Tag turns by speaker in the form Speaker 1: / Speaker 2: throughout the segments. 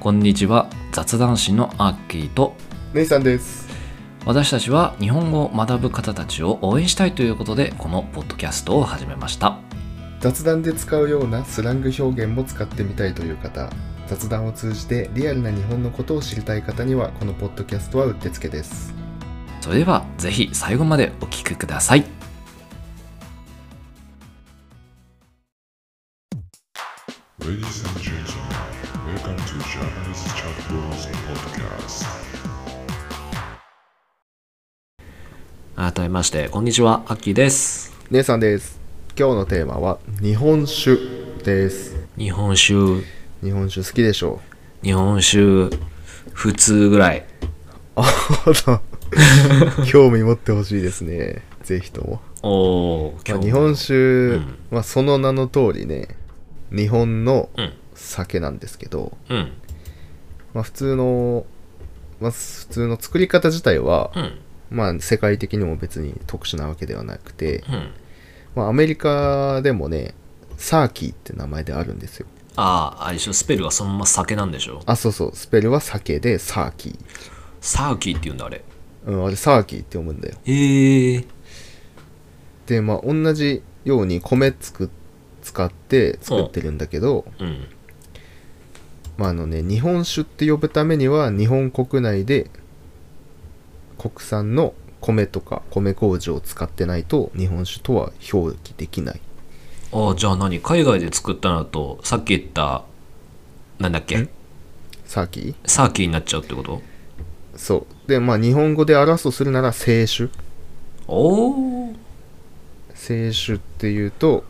Speaker 1: こんにちは雑談師のアッキーと
Speaker 2: ネイさんです。
Speaker 1: 私たちは日本語を学ぶ方たちを応援したいということでこのポッドキャストを始めました
Speaker 2: 雑談で使うようなスラング表現も使ってみたいという方、雑談を通じてリアルな日本のことを知りたい方にはこのポッドキャストはうってつけです。
Speaker 1: それではぜひ最後までお聞きください改めましてこんにちはアッキーです
Speaker 2: ネイさんです。今日のテーマは日本酒です。
Speaker 1: 日本酒
Speaker 2: 日本酒好きでしょ
Speaker 1: 日本酒普通ぐらいう
Speaker 2: 興味持ってほしいですね。ぜひとも。
Speaker 1: お
Speaker 2: まあ
Speaker 1: ー
Speaker 2: 日本酒、
Speaker 1: ん
Speaker 2: まあ、その名の通りね、日本の
Speaker 1: うん
Speaker 2: 酒なんですけど、
Speaker 1: うん
Speaker 2: まあ、普通の、まあ、普通の作り方自体は、
Speaker 1: うん
Speaker 2: まあ、世界的にも別に特殊なわけではなくて、
Speaker 1: うん
Speaker 2: まあ、アメリカでもねサーキーって名前であるんですよ
Speaker 1: あああれでしょスペルはそのまま酒なんでしょ
Speaker 2: あそうそうスペルは酒でサーキー、
Speaker 1: サーキーって言うんだあれ
Speaker 2: うん、あれサーキーって読むんだよ
Speaker 1: へえ
Speaker 2: でまあ同じように米つく使って作ってるんだけど、
Speaker 1: うん
Speaker 2: まああのね日本酒って呼ぶためには日本国内で国産の米とか米麹を使ってないと日本酒とは表記できない
Speaker 1: ああじゃあ何海外で作ったのとさっき言ったなんだっけ
Speaker 2: サーキー
Speaker 1: サーキーになっちゃうってこと
Speaker 2: そうでまあ日本語で表すとするなら清酒
Speaker 1: おお
Speaker 2: 清酒っていうと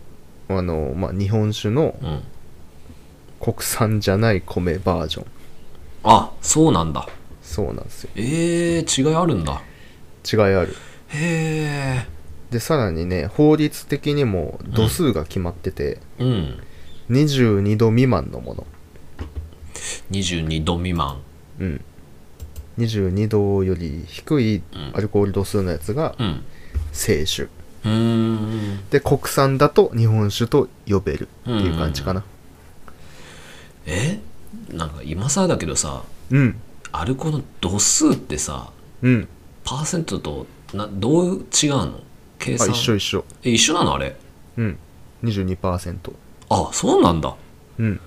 Speaker 2: あの、まあ、日本酒の
Speaker 1: うん
Speaker 2: 国産じゃない米バージョン
Speaker 1: あそうなんだ
Speaker 2: そうなんですよ
Speaker 1: ええ違いあるんだ
Speaker 2: 違いある
Speaker 1: へ
Speaker 2: でさらにね法律的にも度数が決まってて、
Speaker 1: えうん
Speaker 2: 22度未満のもの
Speaker 1: 22度未満
Speaker 2: うん22度より低い
Speaker 1: うん
Speaker 2: アルコール度数のやつが
Speaker 1: うん
Speaker 2: 清酒
Speaker 1: うーん
Speaker 2: で国産だと日本酒と呼べるっていう感じかな
Speaker 1: えなんか今更だけどさ
Speaker 2: うん
Speaker 1: アルコールの度数ってさ
Speaker 2: うん、
Speaker 1: パーセントとなどう違うの計
Speaker 2: あ
Speaker 1: 算
Speaker 2: 一緒一緒
Speaker 1: え一緒なのあれ
Speaker 2: うん22%
Speaker 1: あそうなんだ
Speaker 2: うん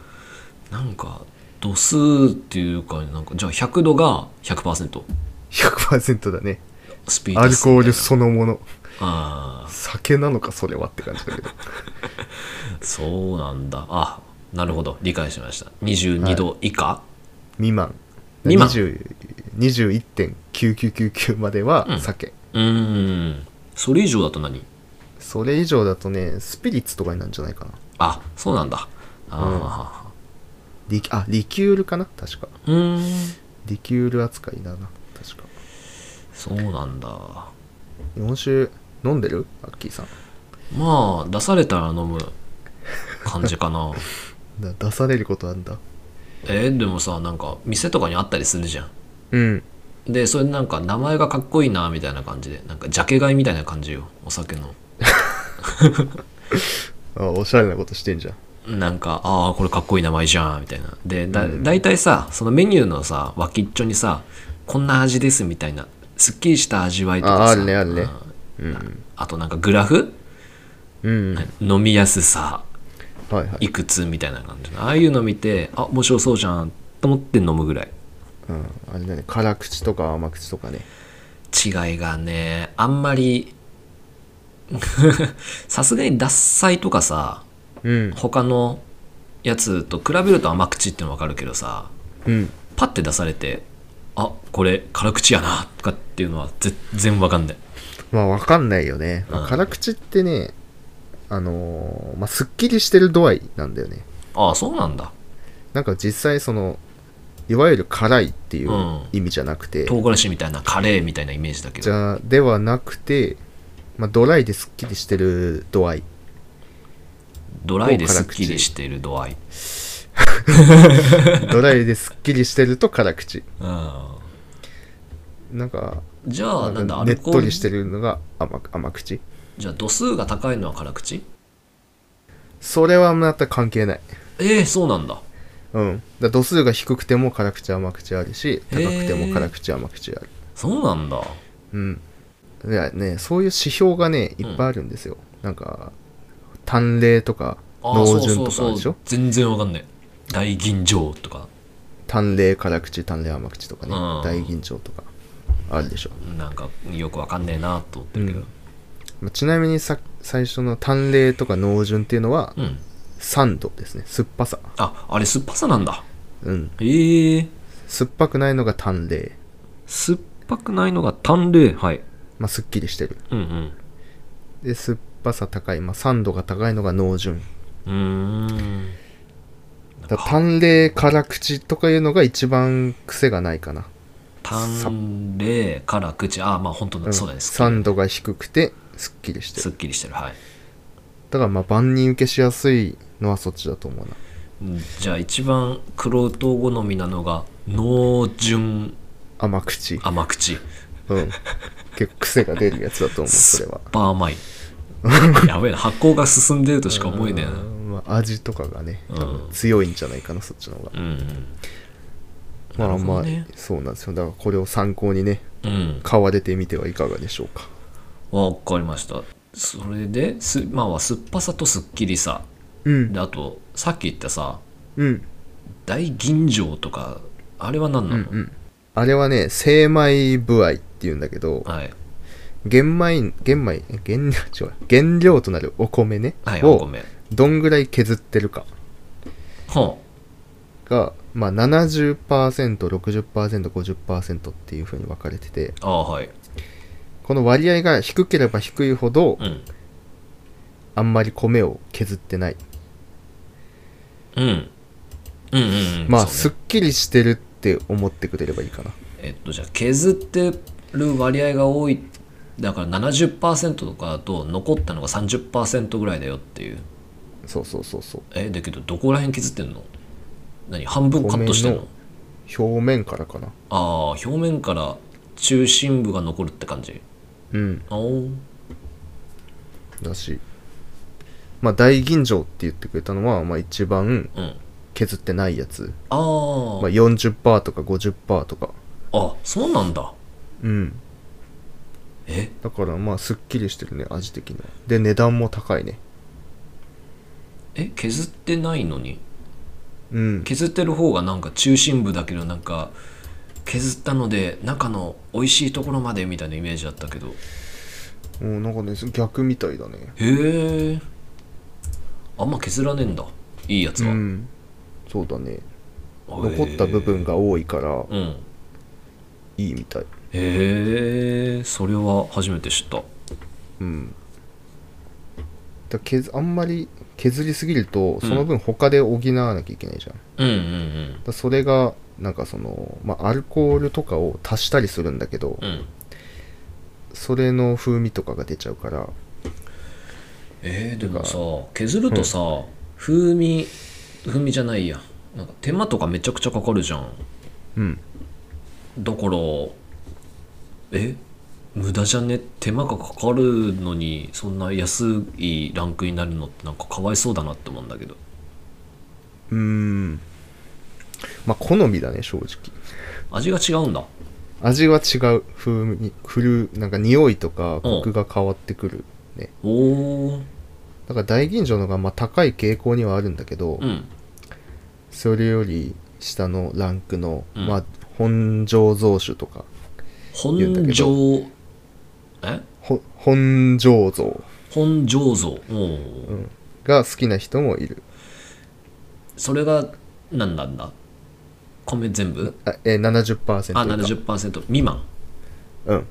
Speaker 1: なんか度数っていうかなんかじゃあ100度が100%
Speaker 2: 100%だね
Speaker 1: スピード
Speaker 2: アルコールそのもの
Speaker 1: あ
Speaker 2: 酒なのかそれはって感じだけど
Speaker 1: あそうなんだあなるほど理解しました22度以下、
Speaker 2: 未満
Speaker 1: 未満
Speaker 2: 20 21.9999まで
Speaker 1: うん
Speaker 2: は酒、
Speaker 1: うーんそれ以上だと何
Speaker 2: それ以上だとねスピリッツとかになるんじゃないかな
Speaker 1: あそうなんだあ
Speaker 2: リキあリキュールかな確か
Speaker 1: ーうーん
Speaker 2: リキュール扱いだな確か
Speaker 1: そうなんだ
Speaker 2: 日本酒飲んでるアッキーさん
Speaker 1: まあ出されたら飲む感じかな
Speaker 2: だ出されることあんだ
Speaker 1: えでもさなんか店とかにあったりするじゃん
Speaker 2: うん
Speaker 1: でそれなんか名前がかっこいいなみたいな感じでなんかジャケ買いみたいな感じよお酒の
Speaker 2: あおしゃれなことしてんじゃん
Speaker 1: なんかああこれかっこいい名前じゃんみたいなでだ大体、さそのメニューのさ脇っちょにさこんな味ですみたいなすっきりした味わいとかさ
Speaker 2: ああるねあるね
Speaker 1: うんあとなんかグラフ
Speaker 2: うん、
Speaker 1: 飲みやすさ
Speaker 2: はいはい
Speaker 1: いくつみたいな感じのああいうの見てあ面白そうじゃんと思って飲むぐらい
Speaker 2: うん、あれだね辛口とか甘口とかね
Speaker 1: 違いがねあんまり さすがに獺祭とかさ
Speaker 2: うん
Speaker 1: 他のやつと比べると甘口っての分かるけどさ
Speaker 2: うん
Speaker 1: パッて出されてあこれ辛口やなとかっていうのは全然分かんない
Speaker 2: まあわかんないよね、まあ
Speaker 1: うん
Speaker 2: 辛口ってねあのーまあすっきりしてる度合いなんだよね
Speaker 1: ああそうなんだ
Speaker 2: なんか実際そのいわゆる辛いっていう
Speaker 1: うん
Speaker 2: 意味じゃなくて、
Speaker 1: 唐辛子みたいなカレーみたいなイメージだけ
Speaker 2: じ
Speaker 1: ど
Speaker 2: ゃあではなくて、まあ、ドライですっきりしてる 度合い
Speaker 1: ドライですっきりしてる度合い
Speaker 2: ドライですっきりしてると辛口
Speaker 1: うん
Speaker 2: なんか
Speaker 1: じゃあなんだア
Speaker 2: ねっ
Speaker 1: ルコー
Speaker 2: と
Speaker 1: ル
Speaker 2: りしてるのが甘く甘口
Speaker 1: じゃあ度数が高いのは辛口
Speaker 2: それはまた関係ない
Speaker 1: ええそうなんだ
Speaker 2: うん、だから度数が低くても辛口甘口あるし
Speaker 1: へ
Speaker 2: 高
Speaker 1: ー
Speaker 2: くても辛口甘口ある、
Speaker 1: そうなんだ
Speaker 2: うんいやねそういう指標がねいっぱいあるんですよ、なんか淡麗とか
Speaker 1: あー
Speaker 2: 濃純とか
Speaker 1: そ
Speaker 2: あ
Speaker 1: う
Speaker 2: るでし
Speaker 1: そう
Speaker 2: ょ
Speaker 1: そう全然わかんない大吟醸とか
Speaker 2: 淡麗辛口淡麗甘口とかね、
Speaker 1: うん
Speaker 2: 大吟醸とかあるでしょ、
Speaker 1: なんかよくわかんねえなと思ってるけど
Speaker 2: まあちなみにさ最初の淡麗とか濃純っていうのは
Speaker 1: うん、
Speaker 2: 酸度ですね酸っぱさ
Speaker 1: ああれ酸っぱさなんだ
Speaker 2: うん
Speaker 1: ええ
Speaker 2: 酸っぱくないのが淡麗
Speaker 1: 酸っぱくないのが淡麗はい
Speaker 2: まあすっきりしてる
Speaker 1: うん
Speaker 2: で酸っぱさ高い、まあ、酸度が高いのが濃純
Speaker 1: うんうーん
Speaker 2: だから淡麗辛口とかいうのが一番癖がないかな、
Speaker 1: 淡麗から口あまあ本当だ、
Speaker 2: ん
Speaker 1: そうだねすっきり
Speaker 2: 酸度が低くてすっきりして
Speaker 1: す
Speaker 2: る
Speaker 1: っきりしてるはい
Speaker 2: だからまあ万人受けしやすいのはそっちだと思うな
Speaker 1: じゃあ一番黒人好みなのが濃純
Speaker 2: 甘口
Speaker 1: 甘口
Speaker 2: うん結構癖が出るやつだと思うそれは
Speaker 1: 酸っぱ甘 いやべえな発酵が進んでるとしか思えねえな
Speaker 2: うんまあ、味とかがね多
Speaker 1: う
Speaker 2: 分
Speaker 1: ん
Speaker 2: 強いんじゃないかなそっちの方が、
Speaker 1: うん
Speaker 2: まあ
Speaker 1: なるほ
Speaker 2: ま
Speaker 1: ど
Speaker 2: あ
Speaker 1: ね
Speaker 2: そうなんですよだからこれを参考にね
Speaker 1: うん
Speaker 2: 買われてみてはいかがでしょうか
Speaker 1: わかりましたそれですまあは酸っぱさとすっきりさ
Speaker 2: うん
Speaker 1: であとさっき言ったさ
Speaker 2: うん
Speaker 1: 大吟醸とかあれは何なの、
Speaker 2: うんあれはね精米部合っていうんだけど
Speaker 1: はい
Speaker 2: 玄米玄米原料違う原料となるお米ね、
Speaker 1: はいお
Speaker 2: を
Speaker 1: 米
Speaker 2: どんぐらい削ってるか
Speaker 1: ほ
Speaker 2: が、まあ、70%60%50% っていう風に分かれてて
Speaker 1: うああはい
Speaker 2: この割合が低ければ低いほど
Speaker 1: うん
Speaker 2: あんまり米を削ってない
Speaker 1: うんうんうんうん
Speaker 2: まあ、
Speaker 1: そ
Speaker 2: す
Speaker 1: う
Speaker 2: っ
Speaker 1: ね
Speaker 2: きりしてるって思ってくれればいいかな。
Speaker 1: えっとじゃあ削ってる割合が多いだから70%とかだと残ったのが30%ぐらいだよっていう
Speaker 2: そうそうそうそう。
Speaker 1: えだけどどこら辺削ってんの何半分カットしてんの
Speaker 2: 米の表面からかな。
Speaker 1: ああ表面から中心部が残るって感じ
Speaker 2: うん。
Speaker 1: あお
Speaker 2: だし。まあ、大吟醸って言ってくれたのは、まあ、一番
Speaker 1: うん
Speaker 2: 削ってないやつ。
Speaker 1: あ
Speaker 2: ま
Speaker 1: ー、
Speaker 2: あ、40%とか50%とか。
Speaker 1: あそうなんだ
Speaker 2: うん。
Speaker 1: え
Speaker 2: だから、まあ、すっきりしてるね、味的には。で、値段も高いね。
Speaker 1: え削ってないのに
Speaker 2: うん。
Speaker 1: 削ってる方がなんか中心部だけどなんか削ったので中の美味しいところまでみたいなイメージだったけど
Speaker 2: うん、なんかね、逆みたいだね。
Speaker 1: へえあんま削らねえんだいいやつ
Speaker 2: う
Speaker 1: は、
Speaker 2: ん。そうだね。
Speaker 1: へえ
Speaker 2: 残った部分が多いから、
Speaker 1: うんへ
Speaker 2: いいみたい。
Speaker 1: えそれは初めて知った
Speaker 2: うん、だ削あんまり削りすぎるとその分他で補わなきゃいけないじ
Speaker 1: う
Speaker 2: ゃん、
Speaker 1: んうん
Speaker 2: だそれがなんかその、まあ、アルコールとかを足したりするんだけど、
Speaker 1: うんうん
Speaker 2: それの風味とかが出ちゃうから
Speaker 1: えー、でもさ削るとさ、風味風味じゃないやなんか手間とかめちゃくちゃかかるじゃん
Speaker 2: うん
Speaker 1: だからえ無駄じゃね手間がかかるのにそんな安いランクになるのってなんかかわいそうだなって思うんだけど
Speaker 2: うーんまあ好みだね正直
Speaker 1: 味が違うんだ
Speaker 2: 味は違う風味くるなんか匂いとかコクが変わってくる、ね
Speaker 1: おお
Speaker 2: だから大吟醸の方がまあ高い傾向にはあるんだけど、
Speaker 1: うん
Speaker 2: それより下のランクの、
Speaker 1: うん
Speaker 2: まあ本醸造酒とか
Speaker 1: 本
Speaker 2: 言うんだけど
Speaker 1: 醸え
Speaker 2: ほ本醸造
Speaker 1: 本醸造おお、
Speaker 2: が好きな人もいる
Speaker 1: それが何なんだ米全部
Speaker 2: あ、えー、70%以下
Speaker 1: あ70%未満
Speaker 2: うん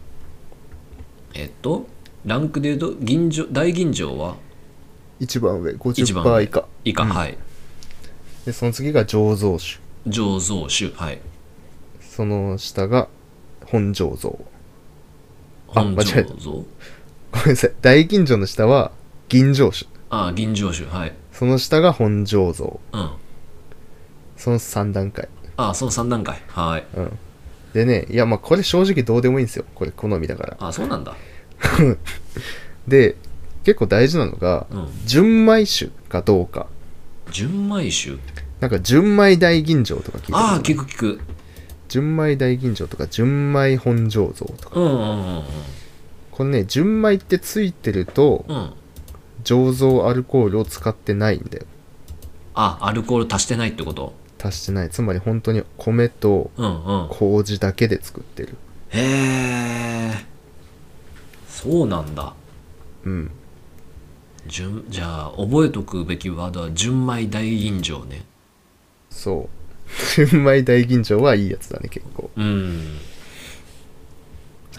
Speaker 1: えっとランクでいうと銀醸大銀醸は
Speaker 2: 一番上
Speaker 1: 一番上
Speaker 2: 50%以下
Speaker 1: 以下、はい
Speaker 2: でその次が醸造酒
Speaker 1: 醸造酒はい
Speaker 2: その下が本醸造あ
Speaker 1: 本
Speaker 2: 間違えた
Speaker 1: 醸造
Speaker 2: ごめんなさい大吟醸の下は吟醸酒
Speaker 1: ああ銀醸酒はい
Speaker 2: その下が本醸造
Speaker 1: うん
Speaker 2: その3段階
Speaker 1: ああその3段階はい
Speaker 2: うんでねいやまあこれ正直どうでもいいんですよこれ好みだから
Speaker 1: ああそうなんだ
Speaker 2: で結構大事なのが、
Speaker 1: うん
Speaker 2: 純米酒かどうか
Speaker 1: 純米酒
Speaker 2: なんか純米大吟醸とか聞いて
Speaker 1: ああ聞く聞く
Speaker 2: 純米大吟醸とか純米本醸造とか
Speaker 1: うんうんうん
Speaker 2: このね純米ってついてると
Speaker 1: うんうん
Speaker 2: 醸造アルコールを使ってないんだよ
Speaker 1: あアルコール足してないってこと
Speaker 2: 足してないつまり本当に米と
Speaker 1: うんうん
Speaker 2: 麹だけで作ってる
Speaker 1: へえそうなんだ
Speaker 2: うん
Speaker 1: 純じゃあ覚えとくべきワードは純米大吟醸ね
Speaker 2: そう純米大吟醸はいいやつだね結構
Speaker 1: うんな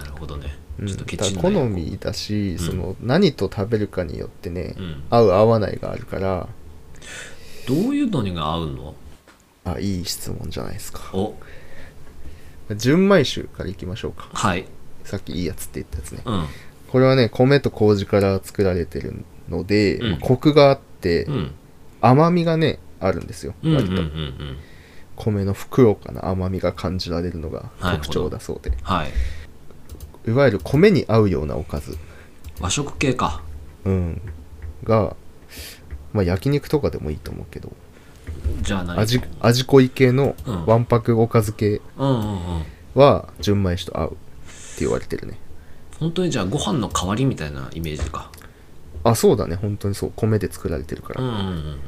Speaker 1: るほどね
Speaker 2: うん
Speaker 1: ちょっとケ
Speaker 2: ただ
Speaker 1: チんない
Speaker 2: 好みだし、その何と食べるかによってね、
Speaker 1: うん
Speaker 2: 合う合わないがあるから
Speaker 1: どういうのにが合うの
Speaker 2: あいい質問じゃないですか
Speaker 1: お
Speaker 2: 純米酒からいきましょうか
Speaker 1: はい
Speaker 2: さっきいいやつって言ったやつね
Speaker 1: うん
Speaker 2: これはね米と麹から作られてるので、
Speaker 1: うん
Speaker 2: コクがあって、
Speaker 1: うん
Speaker 2: 甘みがねあるんですよ、
Speaker 1: うんうんうん
Speaker 2: 割
Speaker 1: う
Speaker 2: と
Speaker 1: ん
Speaker 2: 米のふくよかな甘みが感じられるのが特徴だそうで、
Speaker 1: はい
Speaker 2: いわゆる米に合うようなおかず、
Speaker 1: 和食系か
Speaker 2: うん、が、まあ、焼肉とかでもいいと思うけど
Speaker 1: じゃあ何
Speaker 2: 味味濃い系の
Speaker 1: うん
Speaker 2: わんぱくおかず系
Speaker 1: うんうんうん
Speaker 2: は純米酒と合うって言われてるね
Speaker 1: 本当にじゃあご飯の代わりみたいなイメージか
Speaker 2: あそうだね本当にそう米で作られてるか
Speaker 1: う
Speaker 2: ら、
Speaker 1: んうん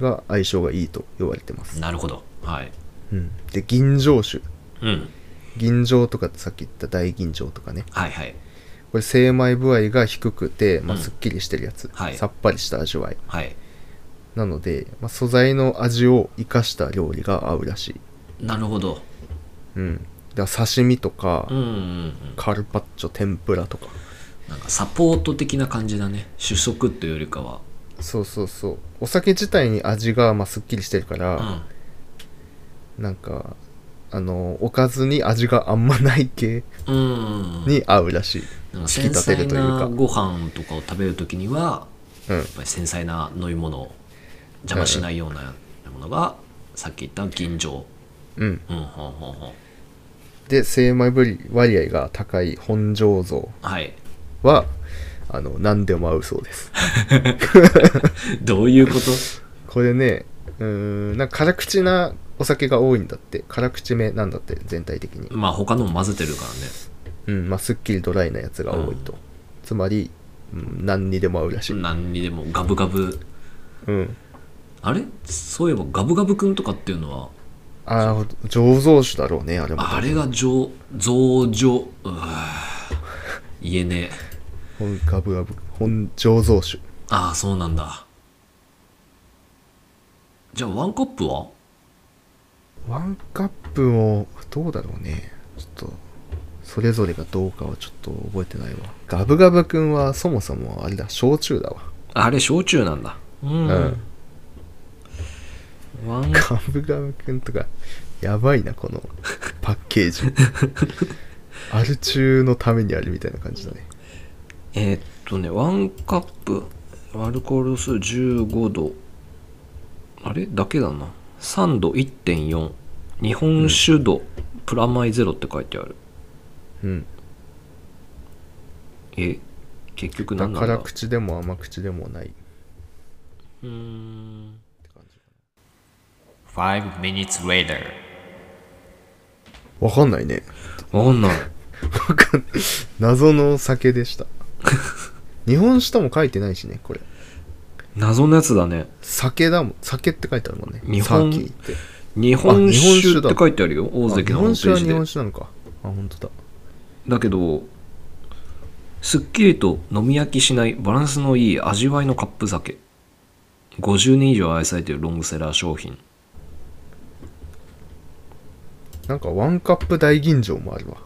Speaker 2: が相性がいいと言われてま
Speaker 1: うん
Speaker 2: す、
Speaker 1: なるほどはい
Speaker 2: うん、で吟醸酒
Speaker 1: うん
Speaker 2: 吟醸とかってさっき言った大吟醸とかね
Speaker 1: はいはい
Speaker 2: これ精米具合が低くて、まあ、
Speaker 1: うん
Speaker 2: すっきりしてるやつ、
Speaker 1: はい
Speaker 2: さっぱりした味わい
Speaker 1: はい
Speaker 2: なので、まあ、素材の味を生かした料理が合うらしい
Speaker 1: なるほど
Speaker 2: うんだから刺身とか、
Speaker 1: うんうんうん
Speaker 2: カルパッチョ天ぷらとか
Speaker 1: なんかサポート的な感じだね主食というよりかは
Speaker 2: そうそうそうお酒自体に味がまあすっきりしてるか
Speaker 1: う
Speaker 2: ら、
Speaker 1: ん
Speaker 2: なんかあのおかずに味があんまない系
Speaker 1: うんうんうん
Speaker 2: に合うらしい、
Speaker 1: なんか
Speaker 2: 引き
Speaker 1: 繊
Speaker 2: 立て
Speaker 1: 細
Speaker 2: るという
Speaker 1: な
Speaker 2: か
Speaker 1: ご飯とかを食べるときには
Speaker 2: うん
Speaker 1: やっぱり繊細な飲み物を邪魔しないようなものがさっき言った吟醸
Speaker 2: うん、
Speaker 1: うんほんほんほん
Speaker 2: で精米割割合が高い本醸造
Speaker 1: はい
Speaker 2: はあの何でも合うそうです
Speaker 1: どういうこと
Speaker 2: これねうーんなんか辛口なお酒が多いんだって辛口めなんだって全体的に
Speaker 1: まあ他のも混ぜてるからね
Speaker 2: うんまあすっきりドライなやつが多いと、つまり、うん、何にでも合うらしい、うん
Speaker 1: 何にでもガブガブあれそういえばガブガブくんとかっていうのは
Speaker 2: ああ醸造酒だろうねあれも
Speaker 1: あれが醸造醸うー言えねえ
Speaker 2: 本ガブガブ本醸造酒
Speaker 1: ああそうなんだじゃあワンカップは
Speaker 2: ワンカップもどうだろうねちょっとそれぞれがどうかはちょっと覚えてないわガブガブくんはそもそもあれだ焼酎だわ
Speaker 1: あれ焼酎なんだうん
Speaker 2: うん
Speaker 1: ワン
Speaker 2: ガブガブくんとかやばいなこのパッケージ アル中のためにあるみたいな感じだね
Speaker 1: えーっとねワンカップアルコール数15度あれだけだな3度1.4日本酒度、プラマイゼロって書いてある
Speaker 2: うん
Speaker 1: え結局
Speaker 2: だ
Speaker 1: 何な
Speaker 2: か
Speaker 1: んだ
Speaker 2: ら口でも甘口でもないって
Speaker 1: うーん
Speaker 2: 感じ
Speaker 3: 5 minutes later.
Speaker 2: わかんないね
Speaker 1: わかんない
Speaker 2: わかんない 謎の酒でした日本酒とも書いてないしねこれ
Speaker 1: 謎のやつだね
Speaker 2: 酒だもん酒って書いてあるもんね
Speaker 1: 日本
Speaker 2: サーキーって
Speaker 1: 日本
Speaker 2: 日本
Speaker 1: 酒
Speaker 2: 酒
Speaker 1: っ
Speaker 2: だ
Speaker 1: て書いてあるよ大
Speaker 2: あ
Speaker 1: 関
Speaker 2: 日
Speaker 1: のホーム
Speaker 2: 本酒
Speaker 1: ペー
Speaker 2: は
Speaker 1: ジ
Speaker 2: 日
Speaker 1: で
Speaker 2: 本酒なのかあ本当だ
Speaker 1: だけどすっきりと飲み飽きしないバランスのいい味わいのカップ酒50年以上愛されているロングセラー商品
Speaker 2: なんかワンカップ大吟醸もあるわ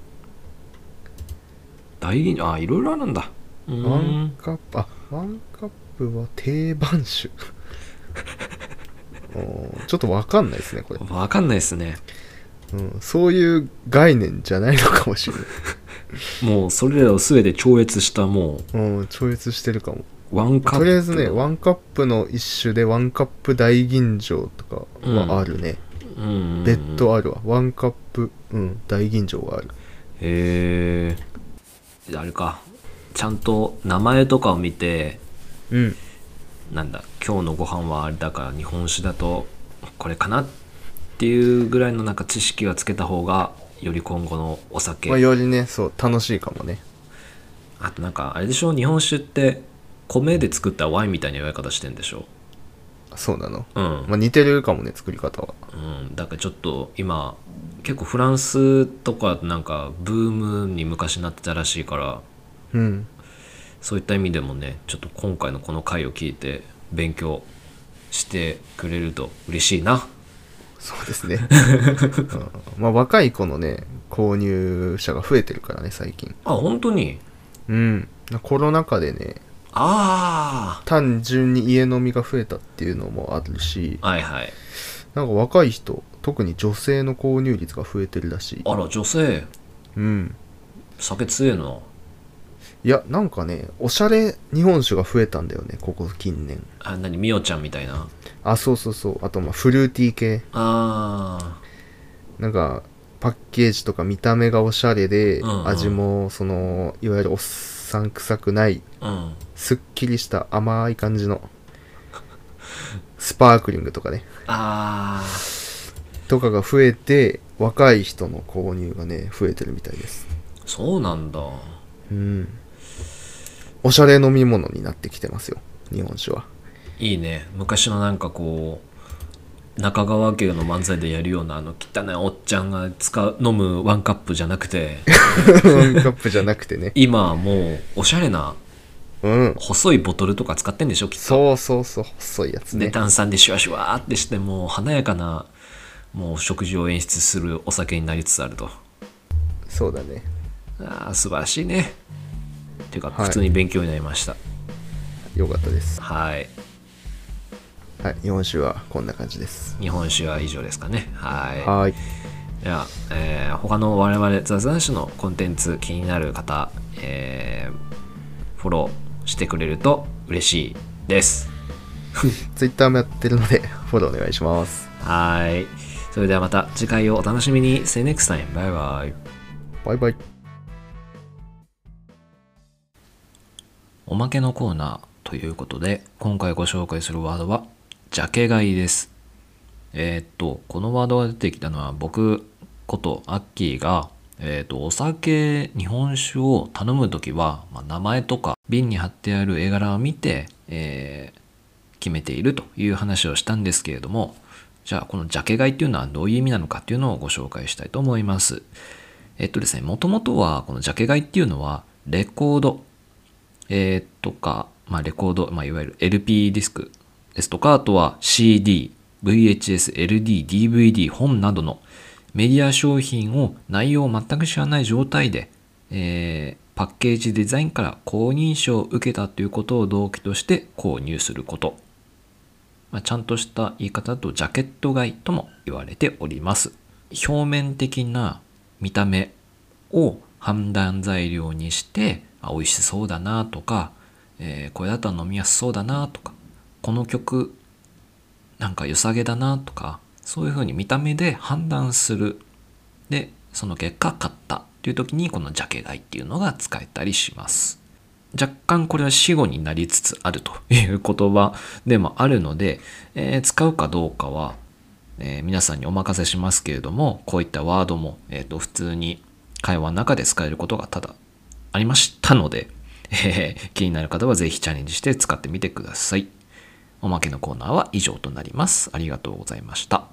Speaker 1: 大吟あいろいろあるんだうー
Speaker 2: ワ
Speaker 1: ん
Speaker 2: ンカップあワンカップは定番酒おーちょっとわかんないですねこれ、
Speaker 1: わかんないですね
Speaker 2: うん、そういう概念じゃないのかもしれ
Speaker 1: もうそれらを全て超越したも
Speaker 2: ない、うん、超越してるかも
Speaker 1: うワンカップ
Speaker 2: とりあえずねワンカップの一種でワンカップ大吟醸とかはある
Speaker 1: うんうん
Speaker 2: ね、
Speaker 1: うん
Speaker 2: 別途あるわワンカップ、うん、大吟醸がある
Speaker 1: へえあれかちゃんと名前とかを見て
Speaker 2: うん
Speaker 1: なんだ今日のご飯はあれだから日本酒だとこれかなっていうぐらいのなんか知識はつけた方がより今後のお酒、
Speaker 2: まあ、よりねそう楽しいかもね
Speaker 1: あとなんかあれでしょ日本酒って米で作ったワインみたいな言われ方してんでしょ
Speaker 2: そうなの、
Speaker 1: うん、
Speaker 2: まあ、似てるかもね作り方は
Speaker 1: うん、だからちょっと今結構フランスとかなんかブームに昔なってたらしいから
Speaker 2: うん
Speaker 1: そういった意味でもねちょっと今回のこの回を聞いて勉強してくれると嬉しいな
Speaker 2: そうですね、うんまあ、若い子のね購入者が増えてるからね最近
Speaker 1: あ本当に
Speaker 2: うんコロナ禍でね
Speaker 1: あ
Speaker 2: 単純に家飲みが増えたっていうのもあるし
Speaker 1: あはいはい
Speaker 2: なんか若い人特に女性の購入率が増えてるらしい
Speaker 1: あら女性
Speaker 2: うん
Speaker 1: 酒強えない
Speaker 2: やなんかねおしゃれ日本酒が増えたんだよねここ近年
Speaker 1: あ何みおちゃんみたいな
Speaker 2: あそうそうそうあとまあフルーティー系
Speaker 1: あ
Speaker 2: なんかパッケージとか見た目がおしゃれで、
Speaker 1: うんうん
Speaker 2: 味もそのいわゆるおっさん臭くない
Speaker 1: あうん
Speaker 2: すっきりした甘い感じのスパークリングとかね
Speaker 1: ああ
Speaker 2: とかが増えて若い人の購入がね増えてるみたいです
Speaker 1: そうなんだ
Speaker 2: うんおしゃれ飲み物になってきてますよ日本 酒はい
Speaker 1: いね昔のなんかこう中川家の漫才でやるようなあの汚いおっちゃんが使う飲むワンカップじゃなくて
Speaker 2: ワンカップじゃなくてね
Speaker 1: 今はもうおしゃれな
Speaker 2: うん
Speaker 1: 細いボトルとか使ってんでしょきっ
Speaker 2: そうそうそう細いやつ
Speaker 1: とで
Speaker 2: ね
Speaker 1: 炭酸でシュワシュワーってしてもう華やかなもう食事を演出するお酒になりつつあると
Speaker 2: そうだね
Speaker 1: あー素晴らしいねっていうか
Speaker 2: はい
Speaker 1: 普通に勉強になりました
Speaker 2: よかったです
Speaker 1: はい
Speaker 2: はい日本酒はこんな感じです
Speaker 1: 日本酒は以上ですかねはい
Speaker 2: はい
Speaker 1: では、えー他の我々雑談誌のコンテンツ気になる方、えーフォローしてくれると嬉しいです。
Speaker 2: Twitter もやってるのでフォローお願いします
Speaker 1: はい。それではまた次回をお楽しみに。See you next time. バイバイ。
Speaker 2: バイバイ
Speaker 1: おまけのコーナーということで、今回ご紹介するワードは、ジャケ買いです。えーっと、このワードが出てきたのは、僕ことアッキーが、えーっと、お酒、日本酒を頼むときは、まあ名前とか瓶に貼ってある絵柄を見て、えー決めているという話をしたんですけれども、じゃあこのジャケ買いっていうのはどういう意味なのかっていうのをご紹介したいと思います。えっとですね、もともとはこのジャケ買いっていうのは、レコード、えー、とか、まあ、レコード、まあ、いわゆる LP ディスクですとか、あとは CD、VHS、LD、DVD、本などのメディア商品を内容を全く知らない状態で、えーパッケージデザインから公認証を受けたということを動機として購入すること。まあ、ちゃんとした言い方だとジャケット買いとも言われております。表面的な見た目を判断材料にして、あ美味しそうだなとか、えーこれだったら飲みやすそうだなとか、この曲なんか良さげだなとか、そういうふうに見た目で判断する。で、その結果買ったっていう時にこのジャケ買いっていうのが使えたりします。若干これは死語になりつつあるという言葉でもあるので、えー使うかどうかは、えー皆さんにお任せしますけれどもこういったワードも、えー、と普通に会話の中で使えることが多々ありましたので、えー気になる方はぜひチャレンジして使ってみてくださいおまけのコーナーは以上となりますありがとうございました